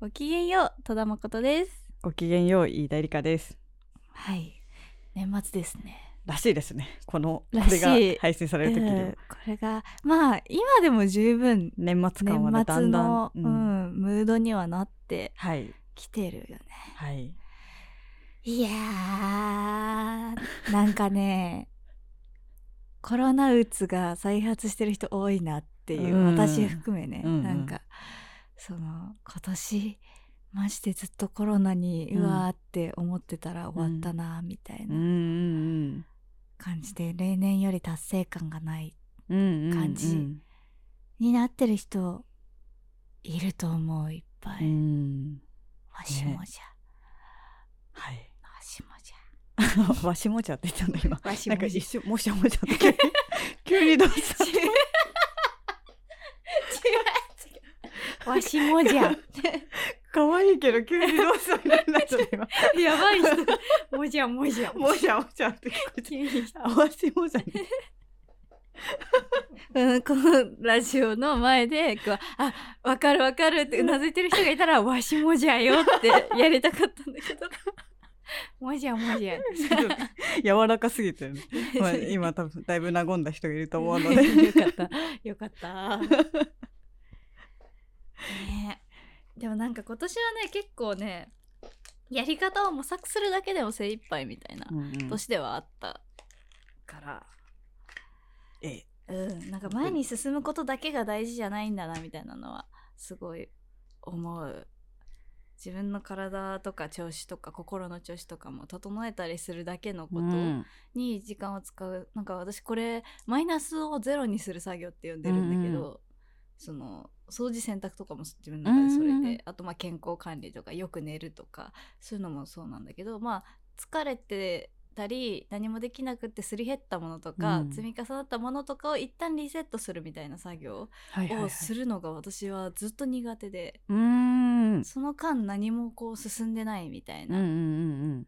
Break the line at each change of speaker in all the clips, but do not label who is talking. ごきげんよう戸田誠です
ごきげんよう飯田理香です
はい年末ですね
らしいですねこのこ
らしい
れが配信される時に
う
は
んこれがまあ今でも十分
年末感はね
年
だ
末
んだん
の、うんムードにはなって
はい
きてるよね
はい
いやーなんかねコロナうつが再発してる人多いなっていう、
うん
私含めね、
うんうん
なんかその今年ましてずっとコロナに
うん
うわーって思ってたら終わったなみたい
うんう
なん感じで、例年より達成感がない
うんうんうん
感じになってる人いると思ういっぱ
う
い、
ん
わしもじゃ、
はい
わしもじ
わしもちゃって言ったんだ今
ゃわし
なんか
もじ
一
ゃ
瞬もしゃもちゃって 急に急にどうした
わしもじゃ
可愛いけど急にどうしたみたいになっちゃった今
やばい人。もじゃ もじゃ。
もしゃもちゃって聞こえち
急に
ゃうわしもち ゃね
うん、このラジオの前で、こう、あ、わかるわかるってうなずいてる人がいたら、わしもじゃよってやりたかったんだ けど。もじゃもじゃ。
柔らかすぎてるね、まあ、今多分だいぶ和んだ人がいると思うので
よかった。よかった。 ねえでもなんか今年はね、結構ね、やり方を模索するだけでも精一杯みたいな年ではあったから。
ええ
うん、なんか前に進むことだけが大事じゃないんだなみたいなのはすごい思う自分の体とか調子とか心の調子とかも整えたりするだけのこ
う
と
ん
に時間を使う、なんか私これマイナスをゼロにする作業って呼んでるんだけど、
う
その掃除洗濯とかも自分の中でそれで、
うんうんうん
あとまあ健康管理とかよく寝るとかそういうのもそうなんだけどまあ疲れてたり何もできなくってすり減ったものとか、
うん
積み重なったものとかを一旦リセットするみたいな作業
はいはいは
を
い
するのが私はずっと苦手で、
うーんうん
その間何もこう進んでないみたい
うんう
なん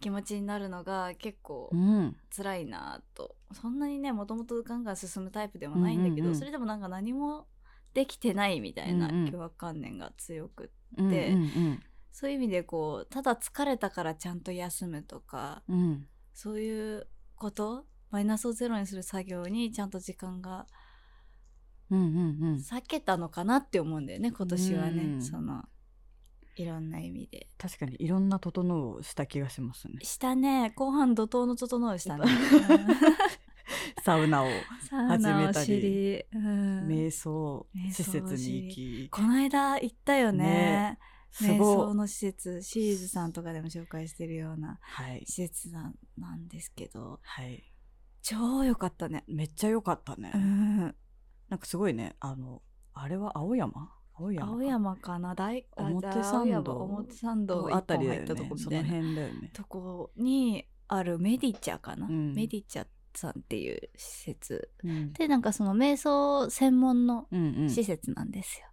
気持ちになるのが結構、
うんうん
辛いなぁとそんなにねもともとガンガン進むタイプでもないんだけど、
うんうんうん
それでもなんか何もできてないみたいな
うんうん
脅迫観念が強く、
うん
で
うん
そういう意味でこうただ疲れたからちゃんと休むとか
うんうん
そういうことマイナスをゼロにする作業にちゃんと時間が
うんうんうん
避けたのかなって思うんだよね今年はね、
うん
そのいろんな意味で。
確かにいろんな整うをした気がしますね
したね後半怒涛の整うしたね。
サウナを
サウナを知
始
り、うん
瞑想
瞑想
施設に行き
この間行ったよね
ねす
瞑
ご
想
い
の施設シリーズさんとかでも紹介してるような
はい
施設なんなんですけど
はい
超良かったね
めっちゃ良かったね
うん
なんかすごいねあのあれは青山青山か
青山かな大あ
表
大
参道
青山表参道
あ
あ
た
た
り
り入っ
だよね
たとこみ
そ
た
の
いな
辺だよね
とこにあるメディチャかな、
うん
メディチャさんっていう施設
うん
でなんかその瞑想専門の
うんうん
施設なんですよ、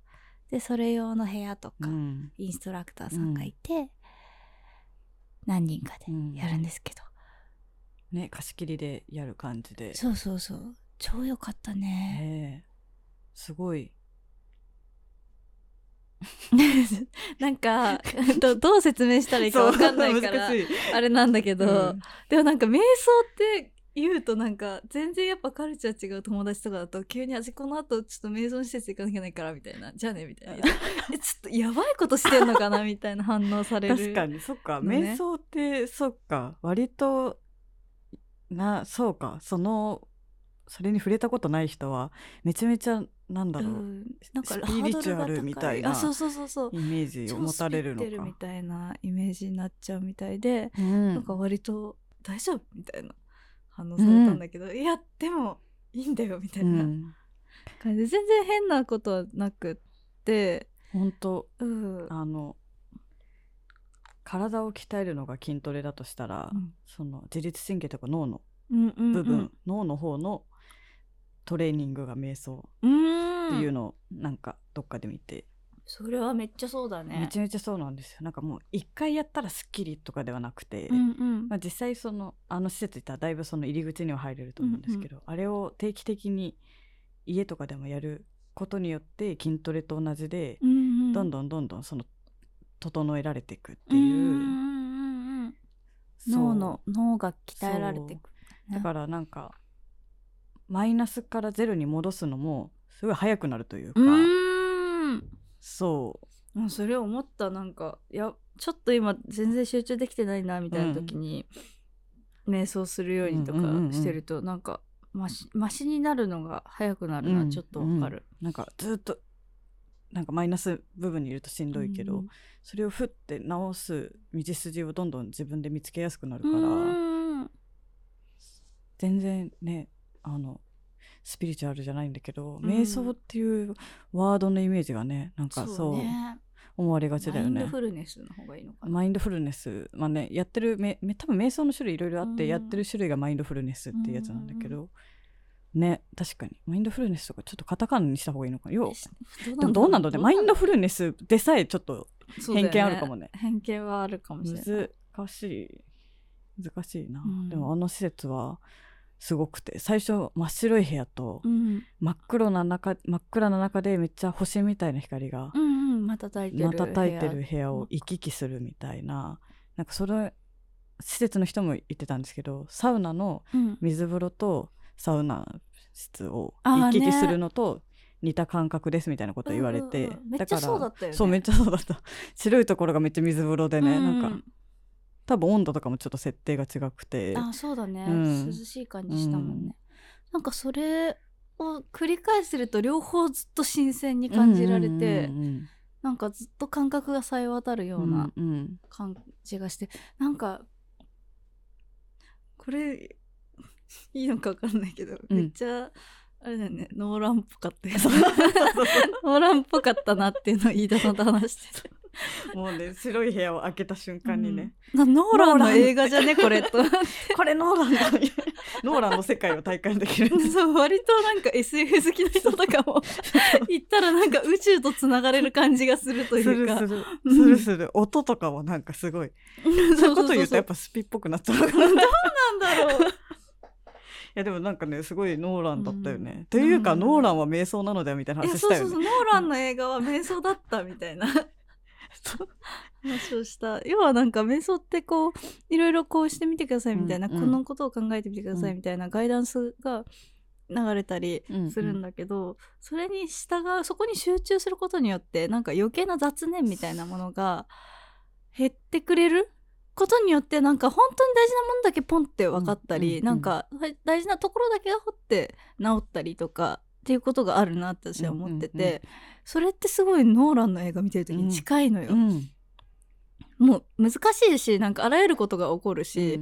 でそれ用の部屋とか、
うん
インストラクターさんがいて、何人かでやるんですけど、
ね貸し切りでやる感じで
そうそうそう超良かったね
ねえすごい
なんかど どう説明したらいいか分かんないから
そう難しい
あれなんだけど、
うん
でもなんか瞑想って言うとなんか全然やっぱカルチャー違う友達とかだと急に「あじこの後ちょっと瞑想施設行かなきゃいけないから」みたいな「じゃあね」みた いな「えちょっとやばいことしてんのかな」みたいな反応 される
確かにそっか、
のね
瞑想ってそっか割となそうかそのそれに触れたことない人はめちゃめちゃなんだろう、
うんなんか
ス
ハ
ピ
ー
リ
ド
チ
ル
ュ
が
ア
高い
ルみたいな
あそうそうそうそう
イメージを持たれるの
超スピって
か
みたいなイメージになっちゃうみたいで、
うん
なんか割と大丈夫みたいな反応されたんだけど、いやでもいいんだよみたいうな感
ん
じで、全然変なことはなくって
本当
うん
あの体を鍛えるのが筋トレだとしたら、その自律神経とか脳の
うんうん
部分、脳の方のトレーニングが瞑想
うん
っていううんのをなんかどっかで見て、
それはめっちゃそうだね
めちゃめちゃそうなんですよなんかもう一回やったらスッキリとかではなくて、
うんうん
まあ、実際そのあの施設行ったらだいぶその入り口には入れると思うんですけど、あれを定期的に家とかでもやることによって筋トレと同じで、
うんうん
どんどんどんどんその整えられていくって
うんうんう
いうん
うん脳の脳が鍛えられていく
だからなんかマイナスからゼロに戻すのもすごい早くなるというか、
うーん
そう
もうそれ思ったなんかいやちょっと今全然集中できてないなみたいな時に、瞑想するようにとか
うんうんうんうん
してると、なんかマシマシになるのが早くなるのは
うん
ちょっとわかる、
なんかずっとなんかマイナス部分にいるとしんどいけど、
うん
それをふって直す道筋をどんどん自分で見つけやすくなるから、
うん
全然ねあのスピリチュアルじゃないんだけ
ん
ど、瞑想っていうワードのイメージがねなんか
そ
そう
う
ね
思われがちだ
マイ
よ
ンド
ね。
フルネスの方がいいのかな、
マインドフルネス、まあね、やってるめめ多分瞑想の種類いろいろあって、
うん
やってる種類がマインドフルネスっていうやつなんだけど、ね確かにマインドフルネスとかちょっとカタカナにした方がいいのかなようでもどうなんだろうねマインドフルネスでさえちょっと
そうだよ
偏見あるかもね
偏見はあるかもしれない
難しい難しいな、
うん
でもあの施設はすごくて最初真っ白い部屋と
うん
真っ黒な中真っ暗な中でめっちゃ星みたいな光が
うんうんまたたいてる
またいて
部
る部屋を行き来するみたいななんかそれ施設の人も言ってたんですけどサウナの
屋うん
水風呂とサウナ室を
あーね
行き来するのと似た感覚ですみたいなこと言われて、
うんうんうんめっちゃそうだったよね
そうめっちゃそうだった 白いところがめっちゃ水風呂でね、な
うんん
か多分温度とかもちょっと設定が違くて
あそうだね、
うん
涼しい感じしたもんね、
うん
なんかそれを繰り返してると両方ずっと新鮮に感じられて、
うんうん
なんかずっと感覚がさえ渡るよ
う
うんな
うんうん
感じがして、なんか
これいいのか分かんないけど、
うん
めっちゃあれだよねノーランっぽかったよね
そう
ノーランっぽかったなっていうのを飯田さんと話してて
もうね白い部屋を開けた瞬間にね、
なノーランの映画じゃねこれと
これノーランだノーランの世界を体感できる
そう割となんか SF 好きな人とかも行ったらなんか宇宙とつながれる感じがするとい
す
う
る
か
するするする音とかもなんかすごいそういうこと言うとやっぱスピっぽくなっちゃうからね
なんだろう
いやでもなんかねすごいノーランだったよね。
うん
というか、
うん
ノーランは瞑想なのだよみたいない
や
話し
そう
た
そう
よ
そ
ね。
うノーランの映画は瞑想だったみたいな話をした要はなんか瞑想ってこういろいろこうしてみてくださいみたいな、
うんうん
このことを考えてみてくださいみたいなガイダンスが流れたりするんだけど、それに従うそこに集中することによってなんか余計な雑念みたいなものが減ってくれることによってなんか本当に大事なものだけポンって分かったり、
うんうんうん
なんか大事なところだけが掘って治ったりとかっていうことがあるなって私は思ってて、
うんうんうん
それってすごいノーランの映画見てる時に近いのよ、
うん
もう難しいしなんかあらゆることが起こるし、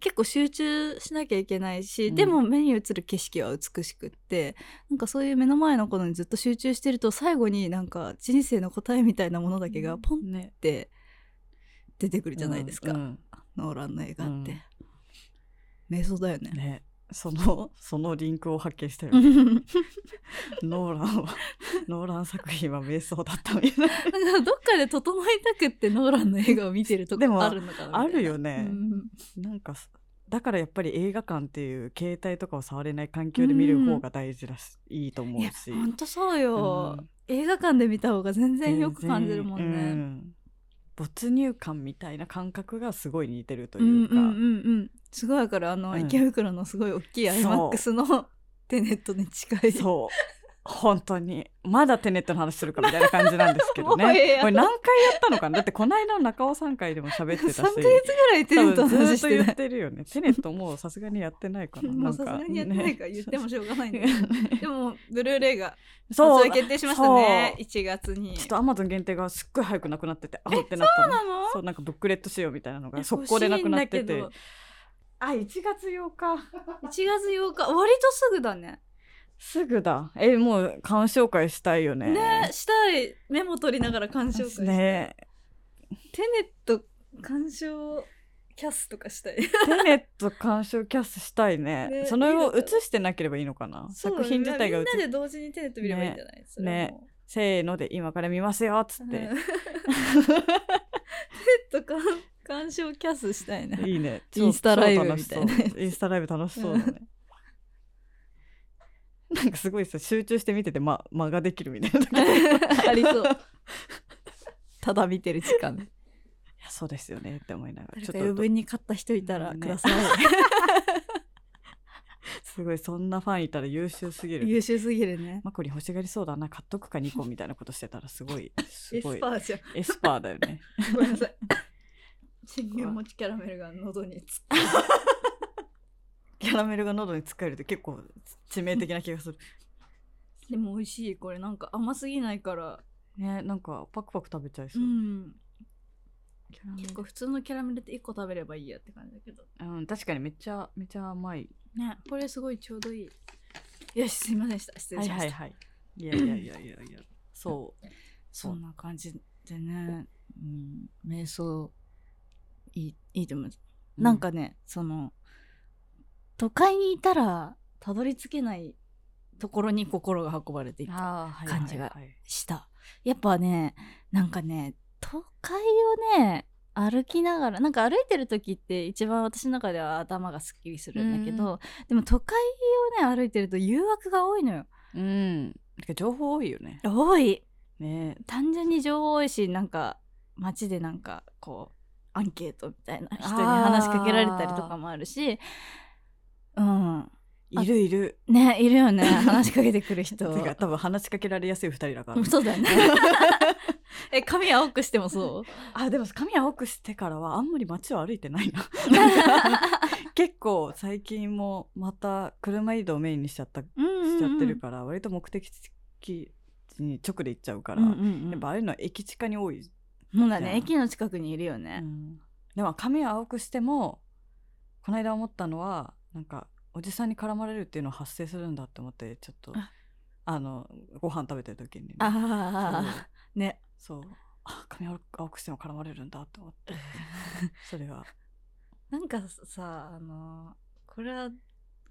結構集中しなきゃいけないし、
うん
でも目に映る景色は美しくってなんかそういう目の前のことにずっと集中してると最後になんか人生の答えみたいなものだけがポンっ
ね
て出てくるじゃないですか、
うん
ノーランの映画って、
うん
瞑想だよね。
ねそのそのリンクを発見したよ
う
ね。
ん なんか
ノーランはノーラン作品は瞑想だったみたいな。
どっかで整いたくってノーランの映画を見てると
でも
こあるのかなみたいな
あるよね
うん
なんかすだからやっぱり映画館っていう携帯とかを触れない環境で見る方が大事らし、いいと思
いうや
し。
ほんとそうよ、
うん
映画館で見た方が全然よく感じるもんね。
全然うん没入感みたいな感覚がすごい似てると
う
い
ん
うか。
うんうんうんすごいだからあの、
うん
池袋のすごい大きい
そう
iMAX のテネットに近い
そう。本当に。まだテネットの話するかみたいな感じなんですけどね。
も
こ
うええ
れ
や
何回やったのかなだってこの間の中尾さん会でも喋ってたし。
3ヶ月ぐらいテネット
多
の
分ず
話
っ
し
と
て
言
な
っ
い
てるよね。テネットもうさすがにやってないか ら。
も
な
うんさす
か
がにやってないから
ね
言ってもしょうがないんだけど、
ね
でもブルーレイが
そう。
発売
ちょ
決定しましたね1月に
っとアマゾン限定がすっごい早くなくなってて、あってなっ
そ
たの。
うなの
そうなんかブックレット仕様みたいなの
え
が速攻でなくなってて
欲しいんだ
あ1月8日
けど1月8日割とすぐだね
すぐだえもう鑑賞会したいよね
ねしたいメモ取りながら鑑賞会、
ね
テネット鑑賞キャスとかしたい
テネット鑑賞キャスしたいね
ね
そのを
いいですよ
映してなければいいのかな
そう
作品自体が映
みんなで同時にテネット見ればいいんじゃない、それは
ね
もう
せーので今から見ますよっつって、
うんペットか鑑賞キャスしたいな。
いいね
インスタライブ
超楽しそう
みたいなやつ
インスタライブ楽しそうだねなんかす ごいさ集中して見てて、ま、間ができるみたいな
ありそう。 ただ見てる時間
いやそうですよねって思いながら
誰
ちょ
か
っと
余分に買った人いたら
ね
ください、
すごいそんなファンいたら優秀すぎる
優秀すぎるね
マコリン欲しがりそうだな買っとくか2個みたいなことしてたらすごい す
エ
ごい
スパーじゃん
エスパーだよね
ごめんなさ い信玄餅キャラメルが喉につく
キャラメルが喉につかれるって結構致命的な気がする
でも美味しいこれなんか甘すぎないから
ねなんかパクパク食べちゃいそうう、
ん
キャラメ
結構普通のキャラメルって1個食べればいいやって感じだけど
ル、うん、確かにめっちゃめちゃ甘い
ねこれすごいちょうどいいよしすいませんでした失礼
はい
しました、
はいはいいやいやいやいやいやそう
そんな感じでね、うん、瞑想いいいいと思います、
う
なんかねその都会にいたらたどり着けないところに心が運ばれていった
あーはい
感じが
はいはい
したやっぱねなんかね都会をね歩きながらなんか歩いてる時って一番私の中では頭がすっきりするんだけど、でも都会をね歩いてると誘惑が多いのよ
うんてか情報多いよね
多い
ね
単純に情報多いしなんか街でなんかこうアンケートみたいな人に話しかけられたりとかもあるしうんあ
いるいる
ねいる よね話しかけてくる人
てか多分話しかけられやすい2人だから
そうだよね え髪青くしてもそう
あでも髪青くしてからはあんまり街を歩いてない な結構最近もまた車移動をメインにしちゃったし
し
ちゃってるから、割と目的地に直で行っちゃうから、
うんうんうん
やっぱああいうのは駅近に多い、
そうだ
じゃ
ね
ん
駅の近くにいるよ
う
ね、
んでも髪を青くしてもこの間思ったのはなんかおじさんに絡まれるっていうのを発生するんだって思ってちょっと
あ
あのご飯食べてる時にね、
ああね
そうあ髪青くしても絡まれるんだって思って それは
なんかさあのこれは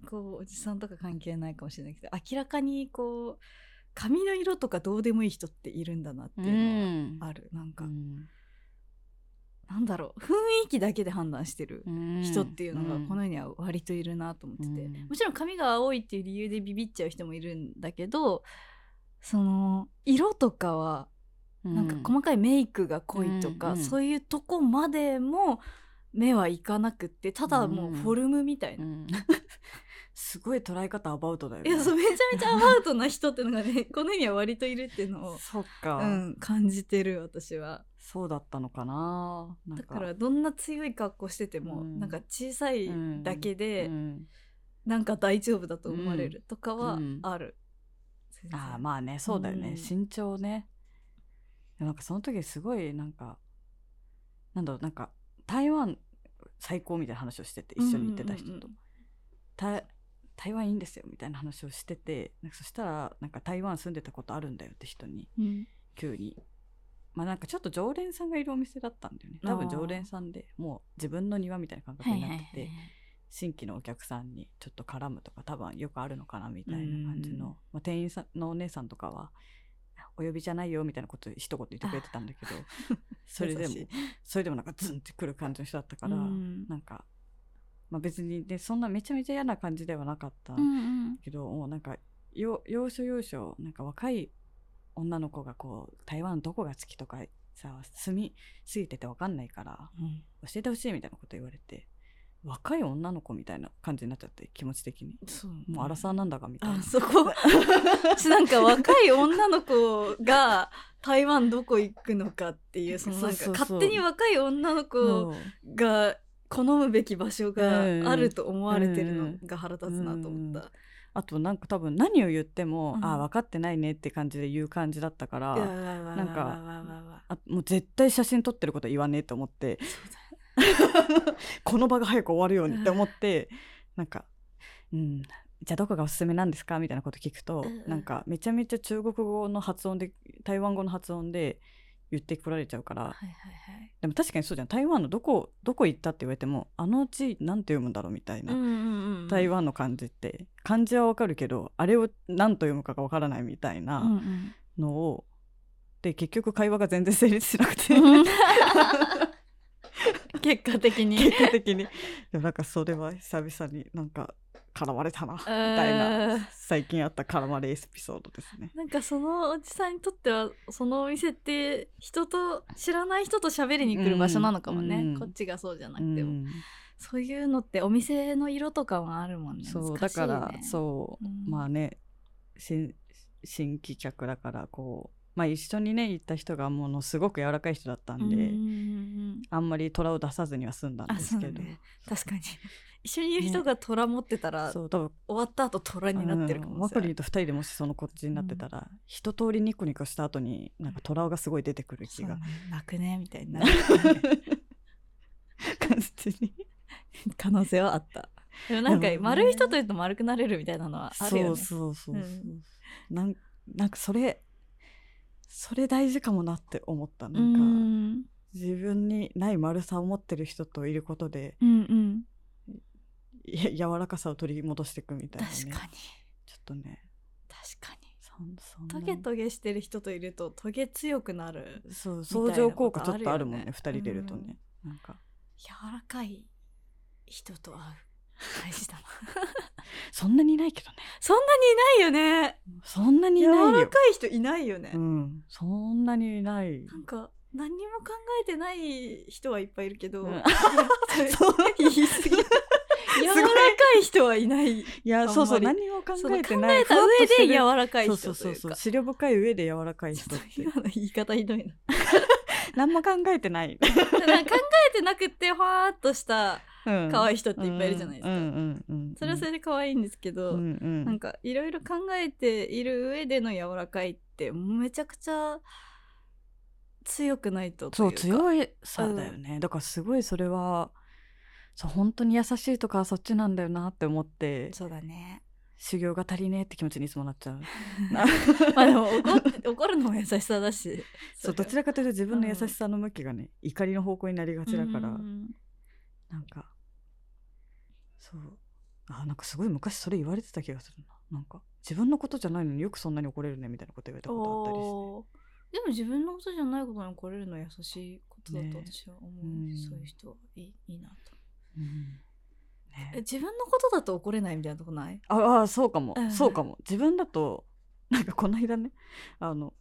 こうおじさんとか関係ないかもしれないけど明らかにこう髪の色とかどうでもいい人っているんだなっていうの
ん
はある、なんか、
うん
なんだろう雰囲気だけで判断してる人っていうのがこの世には割といるなと思ってて、
うん
もちろん髪が青いっていう理由でビビっちゃう人もいるんだけどその色とかはなんか細かいメイクが濃いとか、
うんうん
そういうとこまでも目はいかなくってただもうフォルムみたいな、
うん すごい捉え方アバウトだよね
いやそうめちゃめちゃアバウトな人っていうのがね この世には割といるっていうのを、
そっか、
うん、感じてる私は
そうだったのかななん
だからどんな強い格好してても、
うん
なんか小さいだけで、
うん
なんか大丈夫だと思われるとかは
うん
ある、全然
ああまあねそうだよ
う
ね、
ん
身長ねでもなんかその時すごいなんかなんだろうなんか台湾最高みたいな話をしてて一緒に行ってた人と、
うんうんうんうん
た台湾いいんですよみたいな話をしててなんかそしたらなんか台湾住んでたことあるんだよって人に
うん
急にまあなんかちょっと常連さんがいるお店だったんだよね多分
あー
常連さんでもう自分の庭みたいな感覚
はい
に
は
ないっ
はい
てて、新規のお客さんにちょっと絡むとか多分よくあるのかなみたいな感じ
うん
の、まあ、店員さんのお姉さんとかは「お呼びじゃないよ」みたいなこと一言言ってくれてたんだ けどそれでも
優しい
それでもなんかズンってくる感じの人だったから、
うん
なんか、まあ、別にでそんなめちゃめちゃ嫌な感じではなかった
うんうん
けど、もうなんかよ要所要所なんか若い女の子がこう台湾どこが好きとかさ住みすぎてて分かんないから
うん
教えてほしいみたいなこと言われて若い女の子みたいな感じになっちゃって気持ち的に
そう
もう荒さなんだかみたいな
あそ こ私なんか若い女の子が台湾どこ行くのかっていうそのなん
そ
か
うそうそう
勝手に若い女の子が好むべき場所があると思われてるのが腹立つなと思った、
あとなんか多分何を言っても、
うん
あ分かってないねって感じで言う感じだったから、
いやわわわわわわわ
なんかあもう絶対写真撮ってることは言わねえと思って この場が早く終わるようにって思ってなんか「うんじゃあどこがおすすめなんですか?」みたいなこと聞くと、
うんうん
なんかめちゃめちゃ中国語の発音で台湾語の発音で言ってこられちゃうから
はいはいはい
でも確かにそうじゃん台湾のどこどこ行ったって言われてもあの地なんて読むんだろうみたいな、
うんうんうん
台湾の漢字って漢字はわかるけどあれを何と読むかがわからないみたい
うんう
なんのを、で結局会話が全然成立しなくて、
うん結果的に
結果的にでもなんかそれは久々になんか絡まれたなみ
う
たいな
ーん
最近あった絡まれエピソードですね。
なんかそのおじさんにとってはそのお店って人と知らない人と喋りに来る場所なのかもね、
うん
こっちがそうじゃな
う
くても、
ん、
そういうのってお店の色とかもあるもんね
そう、
難
だ
しいね
からそう、
うん
まあね新新規客だからこう、まあ、一緒にね行った人がものすごく柔らかい人だったんで、
うんうんうん
あんまり虎を出さずには済んだん
あ
で
そ
す
う
け
だ
ど。
ね確かに一緒にいる人が虎持ってたら、終
そう多分
わった後虎になってるか
うん
も
ワ
しれ
ク
な
リ
い
ンと2人でもしそのこっちになってたら、一通りニコニコした後になんか虎がすごい出てくる気
そうだ
が
ね泣くねみたいにな
な
る
感じに
可能性はあったでもなんか
なるほどね
丸い人というと丸くなれるみたいなのはあるよ
そ
ね
うそうそうそう、
うん
なんなんかそれそれ大事かもなって思ったな
うん
か、
ん
自分にない丸さを持ってる人といることで
うんうん
や柔らかさを取り戻していくみたいな、ね、
確かに
ちょっとね
確かに
そんそんな
トゲトゲしてる人といるとトゲ強くなる
そう
たいな
相乗効果ちょっとあるもんね
ことあるよね
2人出るとね、なんか
柔らかい人と会う大事だな
そんなにいないけどね
そんなにいないよね
そんなにいないよ
柔らかい人いないよね、
うん、そんなにいない
なんか何にも考えてない人はいっぱいいるけど、
うん
そう言い過ぎ柔らかい人はいない
いやそうそう
あんま
何も考
その
えてない
考えた上で柔
ら
らかい人という
そ
か
うそうそうそう資料深い上で柔らかい
ちょ
人
っ
っ
と
て
今の言い方ひどいな
何も考えてない、
なんか考えてなくてファーっとした
うん、
可
い
愛い人っていっぱいいるじゃないですか、
うんうんうんうん、
それはそれで可愛いんですけど、
うんうん、
なんかいろいろ考えている上での柔らかいってめちゃくちゃ強くないとと
そ
いうか
強いさだよね、だからすごいそれはそう本当に優しいとかそっちなんだよなって思って
そうだね
修行が足りねえって気持ちにいつもなっ ちゃう
まあでも怒って怒るのも優しさだし
そう
れ
ど
は
ちらかというと自分の優しさの向きがね、怒りの方向になりがちだから、
うん
なんかそうあなんかすごい昔それ言われてた気がするななんか自分のことじゃないのによくそんなに怒れるねみたいなこと言われたことあったりして
おーでも自分のことじゃないことに怒れるのは優しいことだと
ね
私は思う、
うん
そういう人はいいいいなと
うん
え
ね、
自分のことだと怒れないみたいなとこない
ああそうかも、
うん
そうかも自分だとなんかこの間ねあの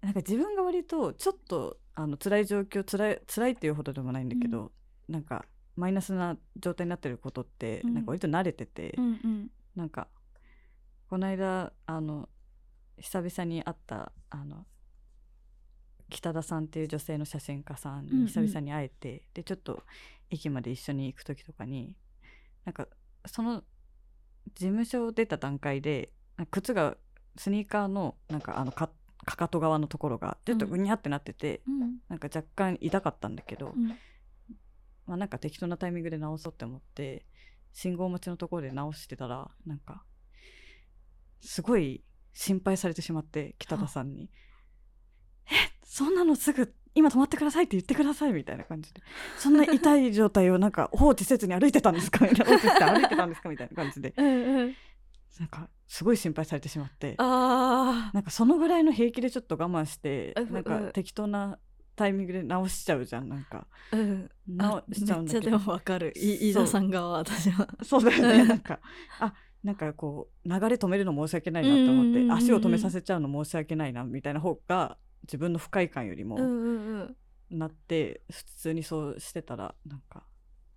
なんか自分が割とちょっとあの辛い状況辛い辛いっていうほどでもないんだけど、なんかマイナスな状態になってることって、
うん
なんか割と慣れてて、
んうん
なんかこの間あの久々に会ったあの北田さんっていう女性の写真家さん
うんうん
に久々に会えて、でちょっと駅まで一緒に行く時とかになんかその事務所を出た段階でなんか靴がスニーカーのなんかあのかかかと側のところがちょっと
うん
うにゃってなってて、
うん
なんか若干痛かったんだけど、
うん
まあ、なんか適当なタイミングで直そうって思って信号待ちのところで直してたらなんかすごい心配されてしまって北田さんに「えそんなのすぐ今止まってください」って言ってくださいみたいな感じで「そんな痛い状態をなんか放置せずに歩いてたん ですか?」みたいな「放置して歩いてたんですか?」みたいな感じで
うんうん
なんかすごい心配されてしまって
あ
なんかそのぐらいの平気でちょっと我慢して
うんうん
なんか適当なタイミングで直しちゃうじゃんなんか
あうん
直しちゃうんだけど。
めっちゃでもわかるい飯
そう
田さん側は私は
そうだよね。
うん
なんか、あ、なんかこう、流れ止めるの申し訳ないなって
うんう
思っ
んうんうん
て、足を止めさせちゃうの申し訳ないな、みたいな方が、自分の不快感よりも
うんうん
なって、普通にそうしてたら、なんか、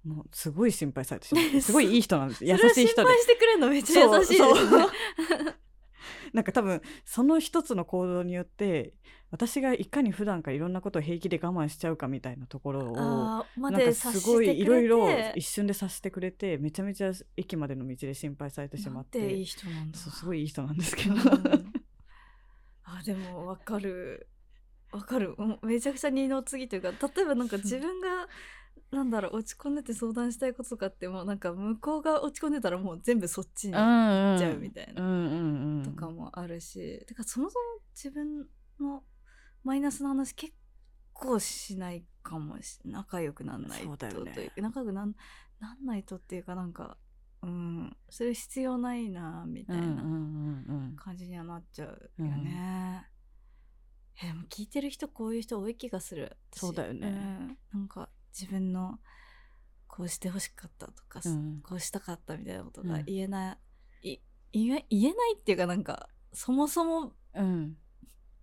もうすごい心配されて しまって、すごいいい人なんです。優しい人
それを心
で
配。してくれるのめっちゃ優しいですね
そうそうなんか多分、その一つの行動によって、私がいかに普段からいろんなことを平気で我慢しちゃうかみたいなところ を、
あーま
なんか
で察
す
してく
ご
れて
いいろいろ一瞬で察してくれてめちゃめちゃ駅までの道で心配されてしま
な
っ
ん
て
ていい人なんだ
そ うすごいいい人なんですけど、
うんあでもわかるわかるもうめちゃくちゃ二の次というか例えばなんか
そう
自分がなんだろう落ち込んでて相談したいこととかってもうなんか向こうが落ち込んでたらもう全部そっちに行っ
ん
ちゃうみたいな
うんうんうん
とかもあるしだからそもそも自分のマイナスの話結構しないかもし仲良くなんない
そう
と
だよね
というか仲良くなんなんないとっていうかなんかうんそれ必要ないなみた
う
い
ん
な。
うんうん
感じにはなっちゃうよね。えでも聞いてる人こういう人多い気がする。私
そうだよね
んなんか自分のこうしてほしかったとか、
うん
こうしたかったみたいなこと
う
が
ん
言えない,、い言え言えないっていうかなんかそもそも
うん、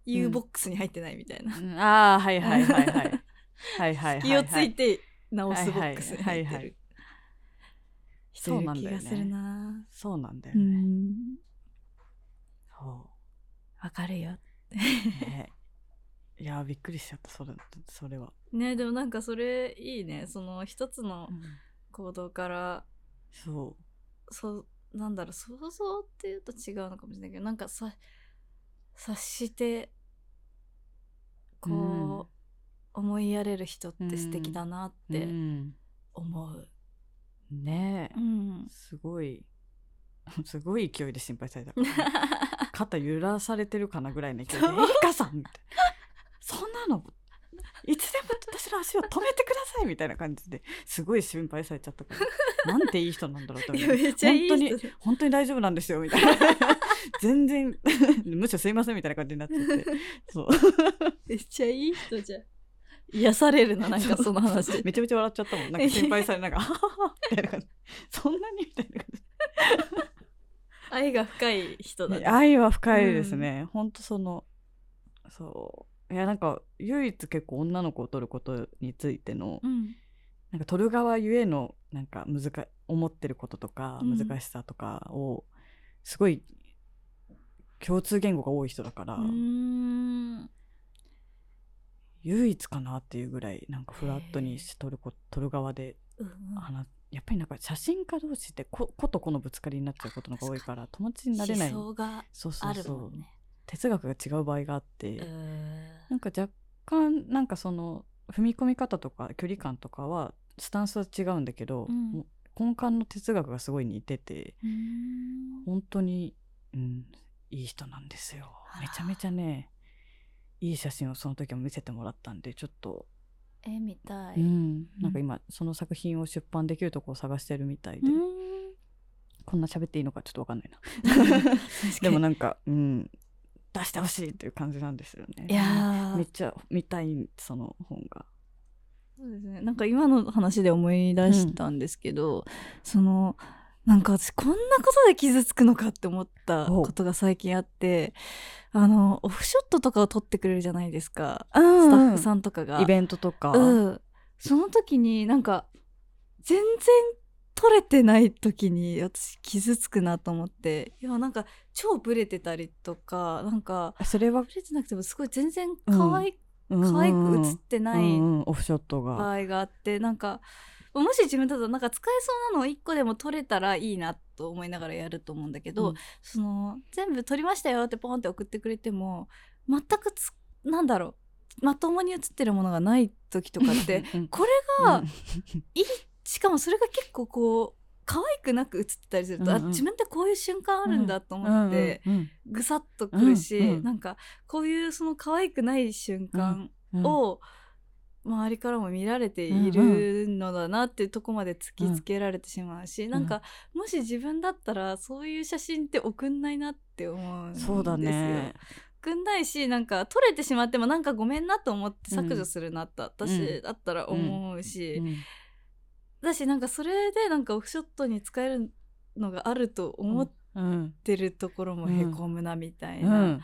U ボックスに入ってないみたいな、
うんああはいはいはいはいはいはいはいはい
気をついて直すボックスに入って
はいはいはいは
る
いそうなんだよね
気がするな
そうなんだよ
う
ね、
ん
そ
わかるよ
うねいやーびっくりしちゃったそれそれは、
ねでもなんかそれいいねその一つの行動から
そ
そうなんだろう想像っていうと違うのかもしれないけどなんかさ察してこう、
うん
思いやれる人って素敵だなっ
うう
て
ん
思う。
ねえ、
ん
すごい すごい勢いで心配さ れたからね、肩揺らされてるかなぐらいの勢いで「
そう
えいかさん!」みたいな「そんなのいつでも私の足を止めてください」みたいな感じですごい心配されちゃったからなんていい人なんだろうと
い
思
や
って
めっちゃいい人
本本当に大丈夫なんですよみたいな 全然むしろすいませんみたいな感じになっちゃってそう。
めっちゃいい人じゃん。癒されるななんかその話
めちゃめちゃ笑っちゃったもんなんか心配されながら「 あははは」みたいな感じそんなにみたいな感じ
愛が深い人だね。
愛は深いですね、ほんとそのそういやなんか唯一結構女の子を取ることについての、
うん
なんか取る側ゆえのなんか難か思ってることとか
うん
難しさとかを、すごい共通言語が多い人だから、
うーん
唯一かなっていうぐらいなんかフラットにし取るこ取る側で
うん
話やっぱりなんか写真家同士ってこ子と子のぶつかりになっちゃうことの方が多いから友達になれない
思想が
そうそ
あ
う
る
そ
も
うん
ね。
哲学が違う場合があって、
うー
なんか若干なんかその踏み込み方とか距離感とかはスタンスは違うんだけど、
うん
もう根幹の哲学がすごい似てて
ん
本当に、うん、いい人なんですよ
あら
めちゃめちゃねいい写真をその時も見せてもらったんでちょっと、
絵みた
う
い。
ん、なんか今その作品を出版できるとこを探してるみたいで、
うん
こんな喋っていいのかちょっとわかんないなで
で
も
も
なんか、うん、出してほしいっていう感じなんですよね
いやー
めっちゃ見たいその本が。
そうですねなんか今の話で思い出したんですけど、そのなんか私こんなことで傷つくのかって思ったことが最近あってあのオフショットとかを撮ってくれるじゃないですか、スタッフさんとかが。
イベントとか、
うん、その時になんか全然撮れてない時に私傷つくなと思っていやなんか超ブレてたりとかなんか
それは
ブレてなくてもすごい全然可愛,、可
可
愛く写ってない
うんうんオフショットが、
場合があってなんかもし自分だとなんか使えそうなのを1個でも取れたらいいなと思いながらやると思うんだけど、
うん
その全部取りましたよってポンって送ってくれても全くつなんだろうまともに写ってるものがない時とかっ て
うん
これがいいしかもそれが結構こう可愛くなく写ってたりすると、
うんうん
あ自分ってこういう瞬間あるんだと思って。
うん
ぐさっとくるし、
うんうん
なんかこういうその可愛くない瞬間
うんうん
を周りからも見られているのだなっていうとこまで突きつけられてしまうし、
ん
なんかもし自分だったらそういう写真って送んないなって思うんですよ。
そうだね
送んないしなんか撮れてしまってもなんかごめんなと思って削除するなって
う
私だったら思うし、
うん
だしなんかそれでなんかオフショットに使えるのがあると思っ
うん
てるところもへこむなみたいうな。
ん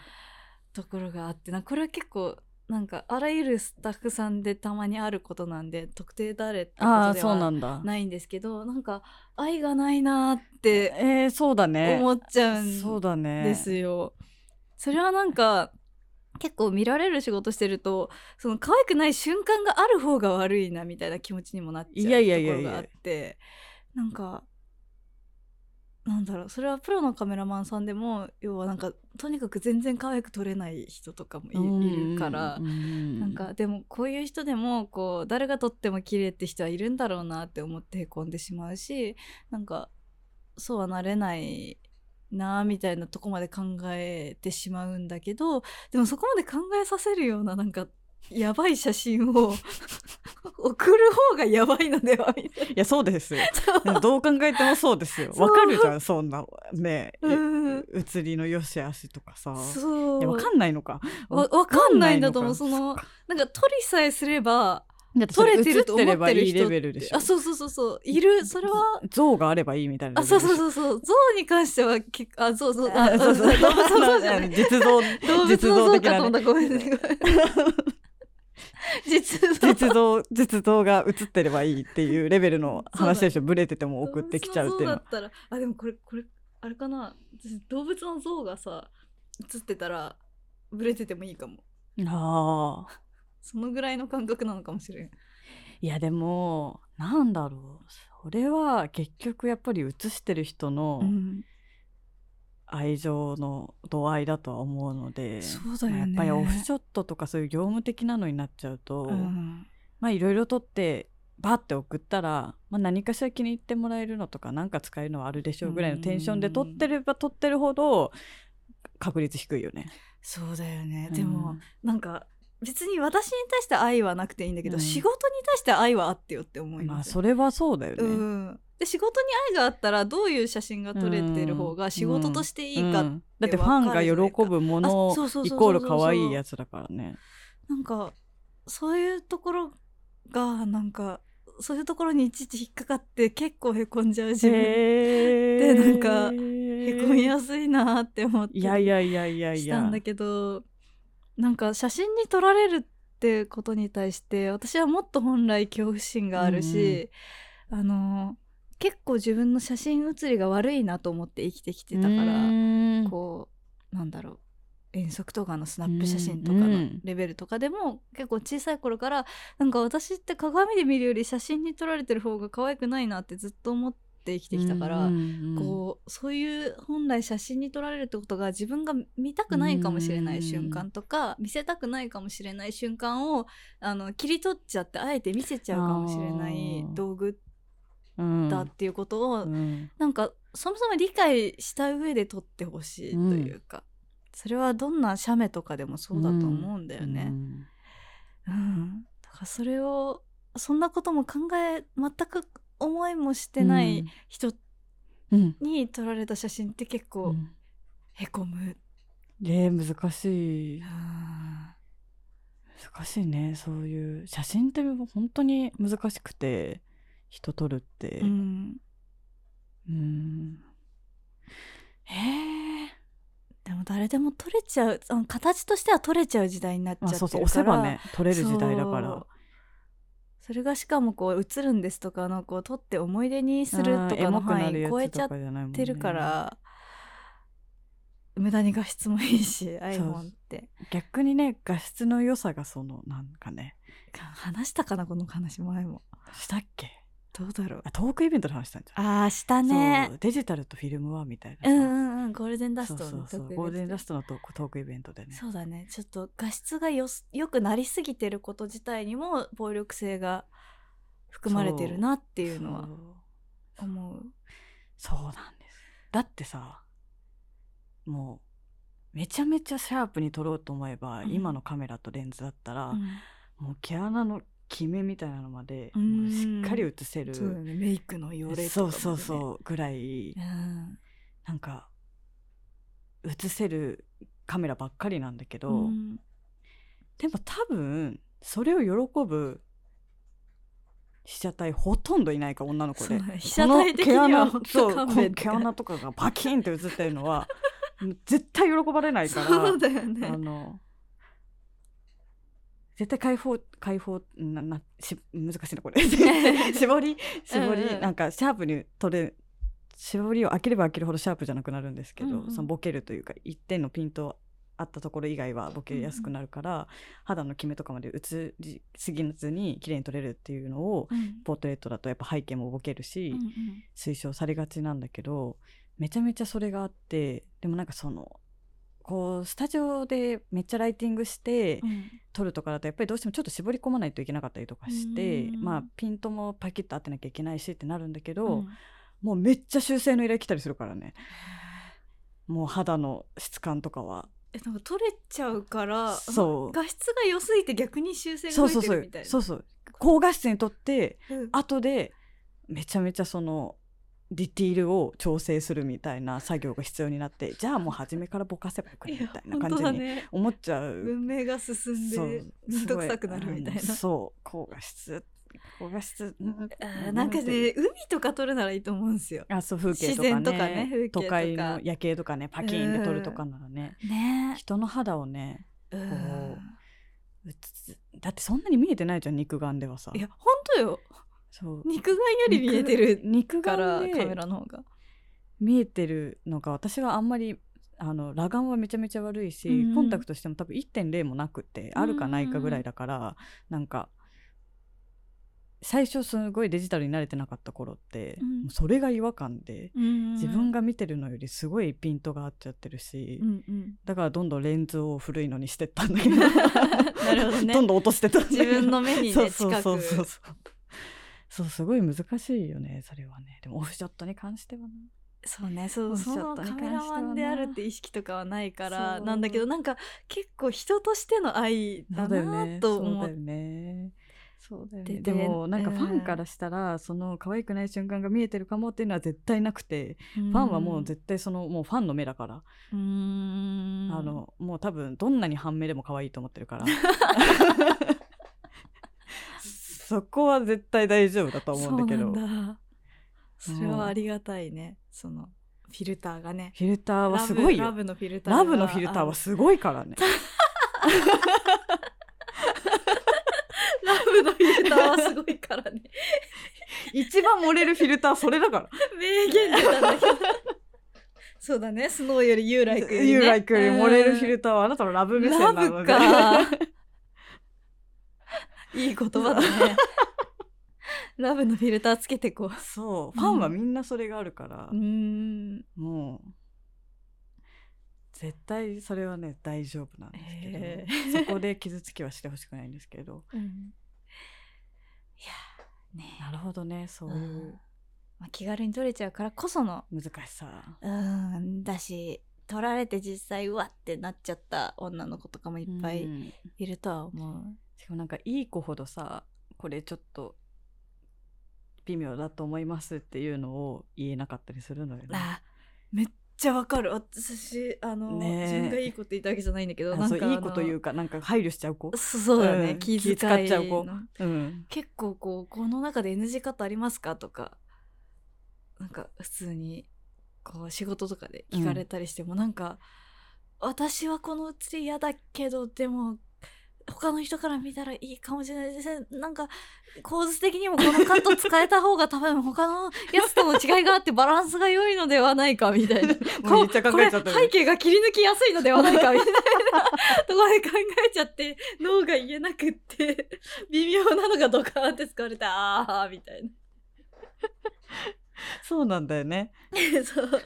ところがあってなこれは結構なんかあらゆるスタッフさんでたまにあることなんで特定誰ってこ
あ
と
あ
で
そうな
は
んだ
ないんですけどなんか愛がないなーって
えー、そうだね
思っちゃうん
そうだね
ですよ。それはなんか結構見られる仕事してるとその可愛くない瞬間がある方が悪いなみたいな気持ちにもなっちゃう
い
と
やいやいや
ころ
いや
があってなんかなんだろうそれはプロのカメラマンさんでも要はなんかとにかく全然可愛く撮れない人とかもい,、
うん
いるから
う。ん
なんかでもこういう人でもこう誰が撮っても綺麗って人はいるんだろうなって思ってへこんでしまうしなんかそうはなれないなあみたいなとこまで考えてしまうんだけどでもそこまで考えさせるようななんかやばい写真を送る方がやばいのではみたい
いやそうですよ
な。
どう考えてもそうですよ
そう
わかるじゃんそんなね
うん
写りの良し悪しとかさ
そう
いやわかんないのか
わわかんないんだと思う
わ
そ
かんない
の
のか
なんか撮りさえすれば
だって
撮れて
映っ
ると思
れ
っ
ば
てる
いい
人
レ
っ
ベルで
て
しょ
あそうそうそうそういるそれは
像があればいいみたいな
あそうそう
う
そうそう象に関してはけあそうそう
あ そうそう
動物の象じゃ ない
実像
動物の像かと思ったごめん
ね
ねごめん 実像
実像実像が映ってればいいっていうレベルの話でしょブレてても送ってきちゃうっていうの
動物の像だったらあでもこれこれあれかな私動物の像がさ映ってたらブレててもいいかも
ああ
そのぐらいの感覚なのかもしれん
いやでもなんだろうそれは結局やっぱり映してる人の
うん
愛情の度合いだとは思うので、
そうだよね
まあやっぱりオフショットとかそういう業務的なのになっちゃうと、
うん
まあいろいろ撮ってバッて送ったら、まあ、何かしら気に入ってもらえるのとか何か使えるのはあるでしょうぐらいのテンションで撮ってれば撮ってるほど確率低いよね。
そうだよねでも、なんか別に私に対して愛はなくていいんだけど、
うん
仕事に対して愛はあってよって思
う
い
んま
ま
あ
す、
それはそうだよね。
うん、で仕事に愛があったらどういう写真が撮れてる方が仕事としていいか、
うんだってファンが喜ぶもの
あそうそうそうそうそう
イコール可愛いやつだからね。
なんかそういうところがなんかそういうところにいちいち引っかかって結構へこんじゃう自分、
で
なんかへこみ
い
やすいなって思って
やいやいやいやい
した
や
んだけどなんか写真に撮られるってことに対して私はもっと本来恐怖心があるし、あの結構自分の写真写りが悪いなと思って生きてきてたから、
ら
こうなんだろう遠足とかのスナップ写真とか
う
の
ん
レベルとかでも結構小さい頃からなんか私って鏡で見るより写真に撮られてる方が可愛くないなってずっと思って生きてきたから、こうそういう本来写真に撮られるってことが自分が見たくないかもしれな
う
い
ん
瞬間とか見せたくないかもしれない瞬間をあの切り取っちゃってあえて見せちゃうかもしれない
あー
道具
うん
だっていうことを、
うん
なんかそもそも理解した上で撮ってほしいというか、それはどんな写メとかでもそうだと思うんだよね。
うん
うん、だからそれをそんなことも考え全く思いもしてない人
うん
に撮られた写真って結構、
うん
へこむ
ね難しい難しいねそういう写真って本当に難しくて人撮るって
うん
うんへえ
でも誰でも取れちゃうあの形としては取れちゃう時代になっちゃ
あ
ってるから
そうそう押せばね撮れる時代だ
そ
から
うそれがしかもこう映るんですとかのこう撮って思い出にすると
あーエ
か
モ
の
くな
範
る
囲
や
超え
つ
ちゃ
と
っ
かじゃないもんね
てるから、無駄に画質もいいし iPhone って
逆にね画質の良さがそのなんかね
話したかなこの話前も
したっけ
どうだろう
あトークイベントの話したんじゃん
ああしたね
そうデジタルとフィルムはみたいな
う
さ
んうんうんゴールデンダス
そう
ト
そう
の
そ
特
う
別
ゴールデンラストのトークトークイベントでね
そうだねちょっと画質がよす良くなりすぎてること自体にも暴力性が含まれてるなっていうのは思う
そうそうなんですだってさもうめちゃめちゃシャープに撮ろうと思えば、
うん
今のカメラとレンズだったら、
うん
もう毛穴のキメみたいなのまで、
うん
もうしっかり写せる
そうだねメイクの汚れとか、ね、
そうそうそうぐらい
うん、
なんか写せるカメラばっかりなんだけど、
うん
でも多分それを喜ぶ被写体ほとんどいないから女の子
そう
で
だね被写体的に
この
は
毛
本
穴
当
そうこ
勘
の
弁
毛穴とかがパキンって映ってるのは絶対喜ばれないから
そうだよ
あ
ね
の絶対解放解放ななし難しいなこれ 絞り絞り、
うんうん
なんかシャープに取れ絞りを開ければ開けるほどシャープじゃなくなるんですけど、
うんうん
そのボケるというか一点のピントあったところ以外はボケやすくなるから、肌のキメとかまで映りすぎずに綺麗に撮れるっていうのを
うん
ポートレートだとやっぱ背景もボケるし、
うんうん
推奨されがちなんだけどめちゃめちゃそれがあってでもなんかそのこうスタジオでめっちゃライティングして
うん
撮るとかだとやっぱりどうしてもちょっと絞り込まないといけなかったりとかして
うん
まあピントもパキッと合ってなきゃいけないしってなるんだけ
う
ど、
ん
もうめっちゃ修正の依頼来たりするか らねもう肌の質感とかは
えなんか取れちゃうから
そう
画質が良すぎて逆に修正
そ
が
うそ
増
う
えてる
そう
みたいな
そうそう高画質に撮って
うん
後でめちゃめちゃそのディティールを調整するみたいな作業が必要になってじゃあもう初めからぼかせばよくねみたいな感じに
ね
思っちゃう。
文明が進ん
そう
で面倒くさくなるみたいな
すごあのそう高画質高画質うん
あーなんかね海とか撮るならいいと思うんですよ
あそう風景とか
自
ね
然とかね風景とか
都会の夜景とかねパキーンで撮るとかならね、
ね
人の肌をね
え
こううつだってそんなに見えてないじゃん肉眼ではさ
いや本当よ
そう
肉眼より見えてる
肉
か
眼
ら
で
カメラの方が
見えてるのが私はあんまりあの裸眼はめちゃめちゃ悪いし、
うん
コンタクトしても多分1.0もなくてあるかないかぐらいだから、なんか最初すごいデジタルに慣れてなかった頃って、
うん
もうそれが違和感で、
自
自分が見てるのよりすごいピントが合っちゃってるし、
うんうん
だからどんどんレンズを古いのにしてったんだけど
なるほどね
どんどん落としてったんだけど
自分の目にね
そう
近
そう
く
そうそうそうそうすごい難しいよねそれはねでもオフショットに関してはな
そうねそう
ちょ
その
っと
カ
ね
メラマンであるって意識とかはないから
そう
なんだけどなんか結構人としての愛だなと思っ
そうだよねそうだよ
出
ね
て
でもなんか
うん
ファンからしたら、その可愛くない瞬間が見えてるかもっていうのは絶対なくて、
フ
ファンはもう絶対そのもうファンの目だから、
うーん
あのもう多分どんなに半目でも可愛いと思ってるから そこは絶対大丈夫だと思うんだけど
そうなんだそれはありがたいねそのフィルターがね
フィルターはすごいよ
ラブラブのフィルターが
ラブのフィルターはすごいからね。
あラブのフィルターはすごいからね
一番漏れるフィルターそれ だから。
名言出たんだけどそうだねスノーよりユーライクより、ね、
ユーライクより漏れるフィ
ル
ルターはあなたのラブ目線
ラ
なの
ブ
で。
か いい言葉だ ねラブのフィルターつけてこう
そう、ファンはみんなそれがあるから、
うーん
もう絶対それはね大丈夫なんです
へ。
けど、そこで傷つきはしてほしくないんですけど
うんいやーね
なるほどね、そういう
まあ、気軽に撮れちゃうからこその
難しさ。
うーんだし撮られて実際うわってなっちゃった女の子とかもいっぱ
う
い
ん
いるとは思う、
しかもなんかいい子ほどさ、これちょっと微妙だと思いますっていうのを言えなかったりするのよね。
あめっちゃわかる私あの、
ねえ
自分がいいこと言ったわけじゃないんだけどな
あ
ん
そう
か
いいこと言うかなんか配慮しちゃう子
あの、そそうだね、
うん
気遣い
気遣っちゃう子
の
うん、
結構こうこの中で NG カットありますかとかなんか普通にこう仕事とかで聞かれたりしても、なんか私はこの写り嫌だけどでも他の人から見たらいいかもしれないですねなんか構図的にもこのカット使えた方が多分他のやつとの違いがあってバランスが良いのではないかみたいな
もう
こ
めっちゃ考
こ
え
れ
ちゃった
背景が切り抜きやすいのではないかみたいなところで考えちゃって脳が言えなく って微妙なのがドカーンって使われてあーみたい
そうなんだよね。
なそう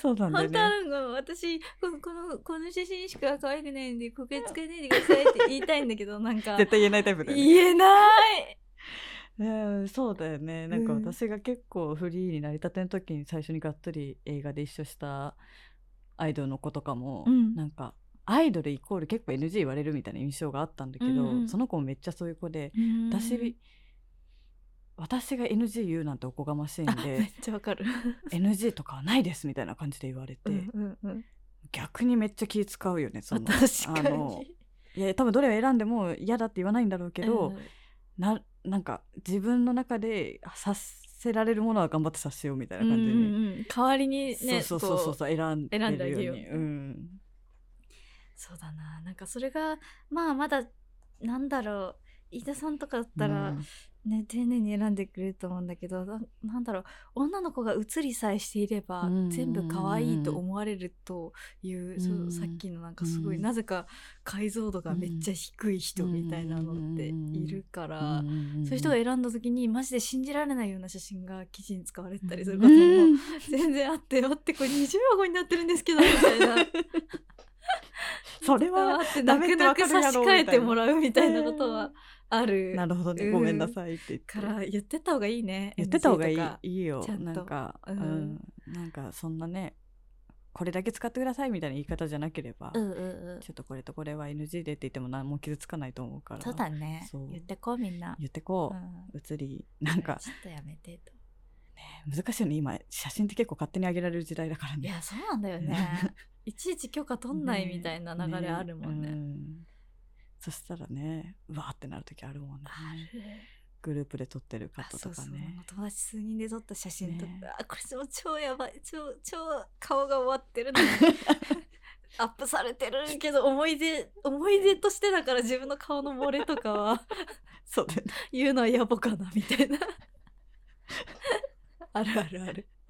そうなんだ
本
よ
当
ね。
は私ここのこの写真しか可愛くないんでこれ使えないでくださいって言いたいんだけどなんか
絶対言えないタイプだよね。
言えない
うんそうだよね。なんか
うん
私が結構フリーになりたての時に最初にがっつり映画で一緒したアイドルの子とかも、
うん
なんかアイドルイコール結構 NG 言われるみたいな印象があったんだけど、
うんうん
その子もめっちゃそういう子で、私私が NG 言うなんておこがましいん
あめっ
で
ちゃわかる
NG とかはないですみたいな感じで言われて、
うんうんうん
逆にめっちゃ気使うよねその
確か
あの
に
いや多分どれを選んでも嫌だって言わないんだろうけど、
うん
ななんか自分の中でさせられるものは頑張ってさせようみたいな感じで、
うんうんうん代わりにね
そうそうそうそう
こ
そう選
選ん
ん
であ
で
げ
る
よ
よ
う
うにうん
そうだななんかそれがまあまだなんだろう飯田さんとかだったら、
うん
ね、丁寧に選んでくれると思うんだけどななんだろう女の子が写りさえしていれば、
うんうんうん
全部可愛いと思われるという、そ
うん
さっきのなんかすごい、
うん
なぜか解像度がめっちゃ低い人みたいなのっているから、
うん
そういう人が選んだ時にマジで信じられないような写真が記事に使われてたりする
う
ことも
ん
全然あってよってこれ20秒後になってるんですけどみたいな。
それ
あ
は
って泣く泣く差し替えてもらうみたいなことはある
なるほどね
うん
ごめんなさいって言って
から言ってった方がいいね
言ってた方がい
NG
い
とか
いいよ
ちゃんと
なんか、
う
うんんなんかそんなねこれだけ使ってくださいみたいな言い方じゃなければ、
うんうんうん
ちょっとこれとこれは NG でって言っても何も傷つかないと思うから
そうだね
そう
言ってこうみんな
言ってこう、
ん
移りなんか
ちょっとやめてと
難しいよね今写真って結構勝手に上げられる時代だから
い
ね
やそうなんだよ ねいちいち許可取んないみたいな流れあるもんね
うそしたらねうわーってなる時あるもんね
ある
グループで撮ってる
あ
方
そ
と
う
か
そう
ね
友達数人で撮った写真とか、
ね
あこれも超やばい超超顔が終わって るのにアップされてるけど思い出思い出としてだから自分の顔の漏れとかは
そうだよね
言うのは野暮かなみたいなあるあるある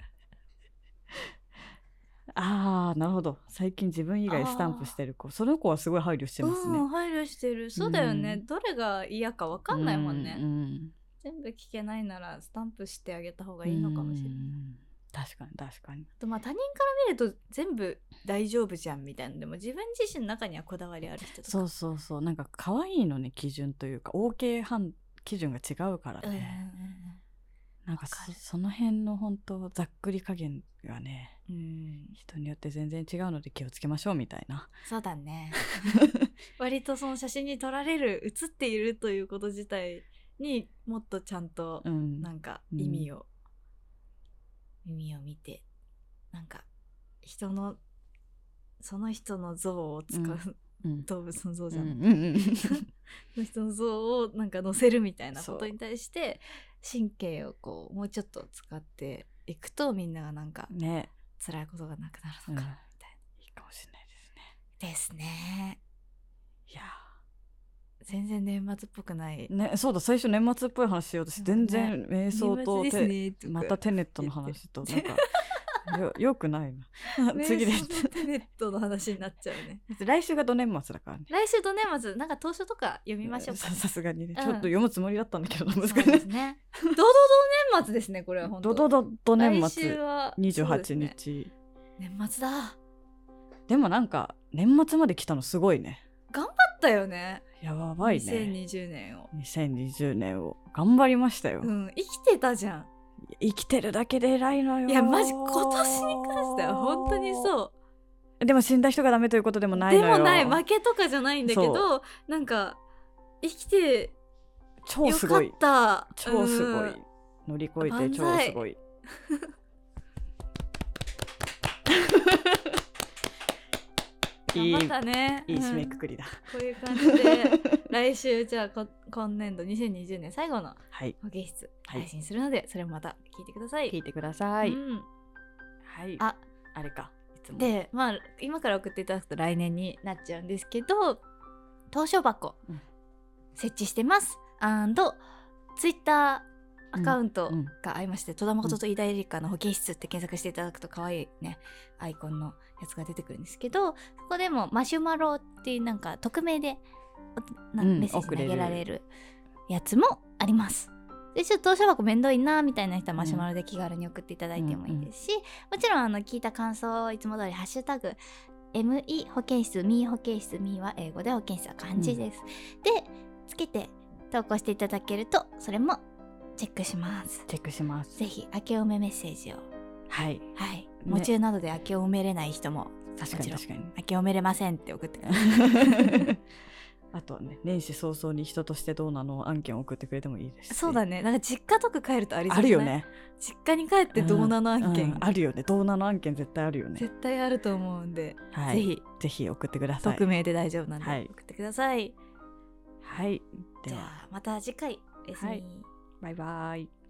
ああなるほど最近自分以外スタンプしてる子その子はすごい配慮してますね、
うん配慮してるそうだよね、
うん
どれが嫌か分かんないもんね、
ううん
全部聞けないならスタンプしてあげた方がいいのかもしれない、
うん確かに確かに
あとまあ他人から見ると全部大丈夫じゃんみたいなのでも自分自身の中にはこだわりある人とか
そうそうそうなんか可愛いのね基準というか OK 判基準が違うから
うんうんうん
ね、なんか
わ
そ
かる
その辺の本当ざっくり加減がね
うんうん
人によって全然違うので気をつけましょうみたいな
そうだ ね割とその写真に撮られる写っているということ自体にもっとちゃんと
うん
なんか意味を、意味を見てなんか人のその人の像を使う、
うん
動物の像じゃ
うん
な
う
い、
んうん
その人の像をなんか載せるみたいな
そう
ことに対して神経をこうもうちょっと使っていくとみんながなんか
ね
辛いことがなくなるのか
うん
なみたい
いいかもしれないですね
な、ですね
いや
全然年末っぽくない
ーねそうだ最初年末っぽい話しようとして全然瞑想と
年末
て
ですね
またテネットの話となんかよよくない な
次
次
で
です
テネットの話になっちゃうね
来週がド年末だからね
来週と年末なんか当初とか読みましょうか
ささすがにね、
うん
ちょっと読むつもりだったんだけどな難しい
そうです ね堂々と年末ですねこれは本当
ドドドド年
来週
末
はそうです
28
ね
日で,、
年末だだ
もなんか年末まで来たのすごいね
ったよね
やばいね
2020年を
2020年を頑張りましたよ、
うん生きてたじゃん
生きてるだけで偉いのよ
いやマジ今年に関しては本当にそう
うでも死んだ人がダメということでもない
で
のよ
もない負けとかじゃないんだけ
そ
どなんか生きて
超
よ
す
か
ご
っ
い
た
超すごい、
うん
乗り越えて超すごいい い
頑張ったね
いい締め
うん
くくりだ、
こういう感じで来週じゃあこ今年度2020年最後の
はい
保健室
はい
配信するので、それもまた聞いてください。
聞いてください、
うん
はい
あ
あれかいつも
でまあ今から送っていただくと来年になっちゃうんですけど投書箱、
うん
設置してますアンドツイッターアカウント
うん
がありまして戸田誠と飯田エリカの保健室って検索していただくと可愛いねアイコンのやつが出てくるんですけどそこでもマシュマロっていうなんか匿名でおな
うん
メッセージ
送れ
投げ
る
られるやつもあります。でちょっと投書箱めんどいなみたいな人はマシュマロで気軽に送っていただいてもいいですし、もちろんあの聞いた感想をいつも通り「ハッシュタグ #ME 保健室」「ME 保健室」「ME は英語で保健室は漢字です。でつけて投稿していただけるとそれもチェックします。
チェックします
ぜひ明けおめメッセージを。
はい
はい。夢中などで明けおめれない人も
確かに確かに
明けおめれませんって送ってください。
あとはね年始早々に人としてどうなの案件を送ってくれてもいいですし
そうだね。なんか実家とか帰るとありそう
あ
じ
る
ゃない
よ。ね
実家に帰ってどうなの案件、
うんあるよねどうなの案件絶対あるよね
絶対あると思うんで、
は
ぜ
い
ひ
ぜひ送ってください
匿名で大丈夫なんで、
はい
送ってください。
はい
じ
で
ゃ
は
あまた次回おやすみ。
はいバイバイ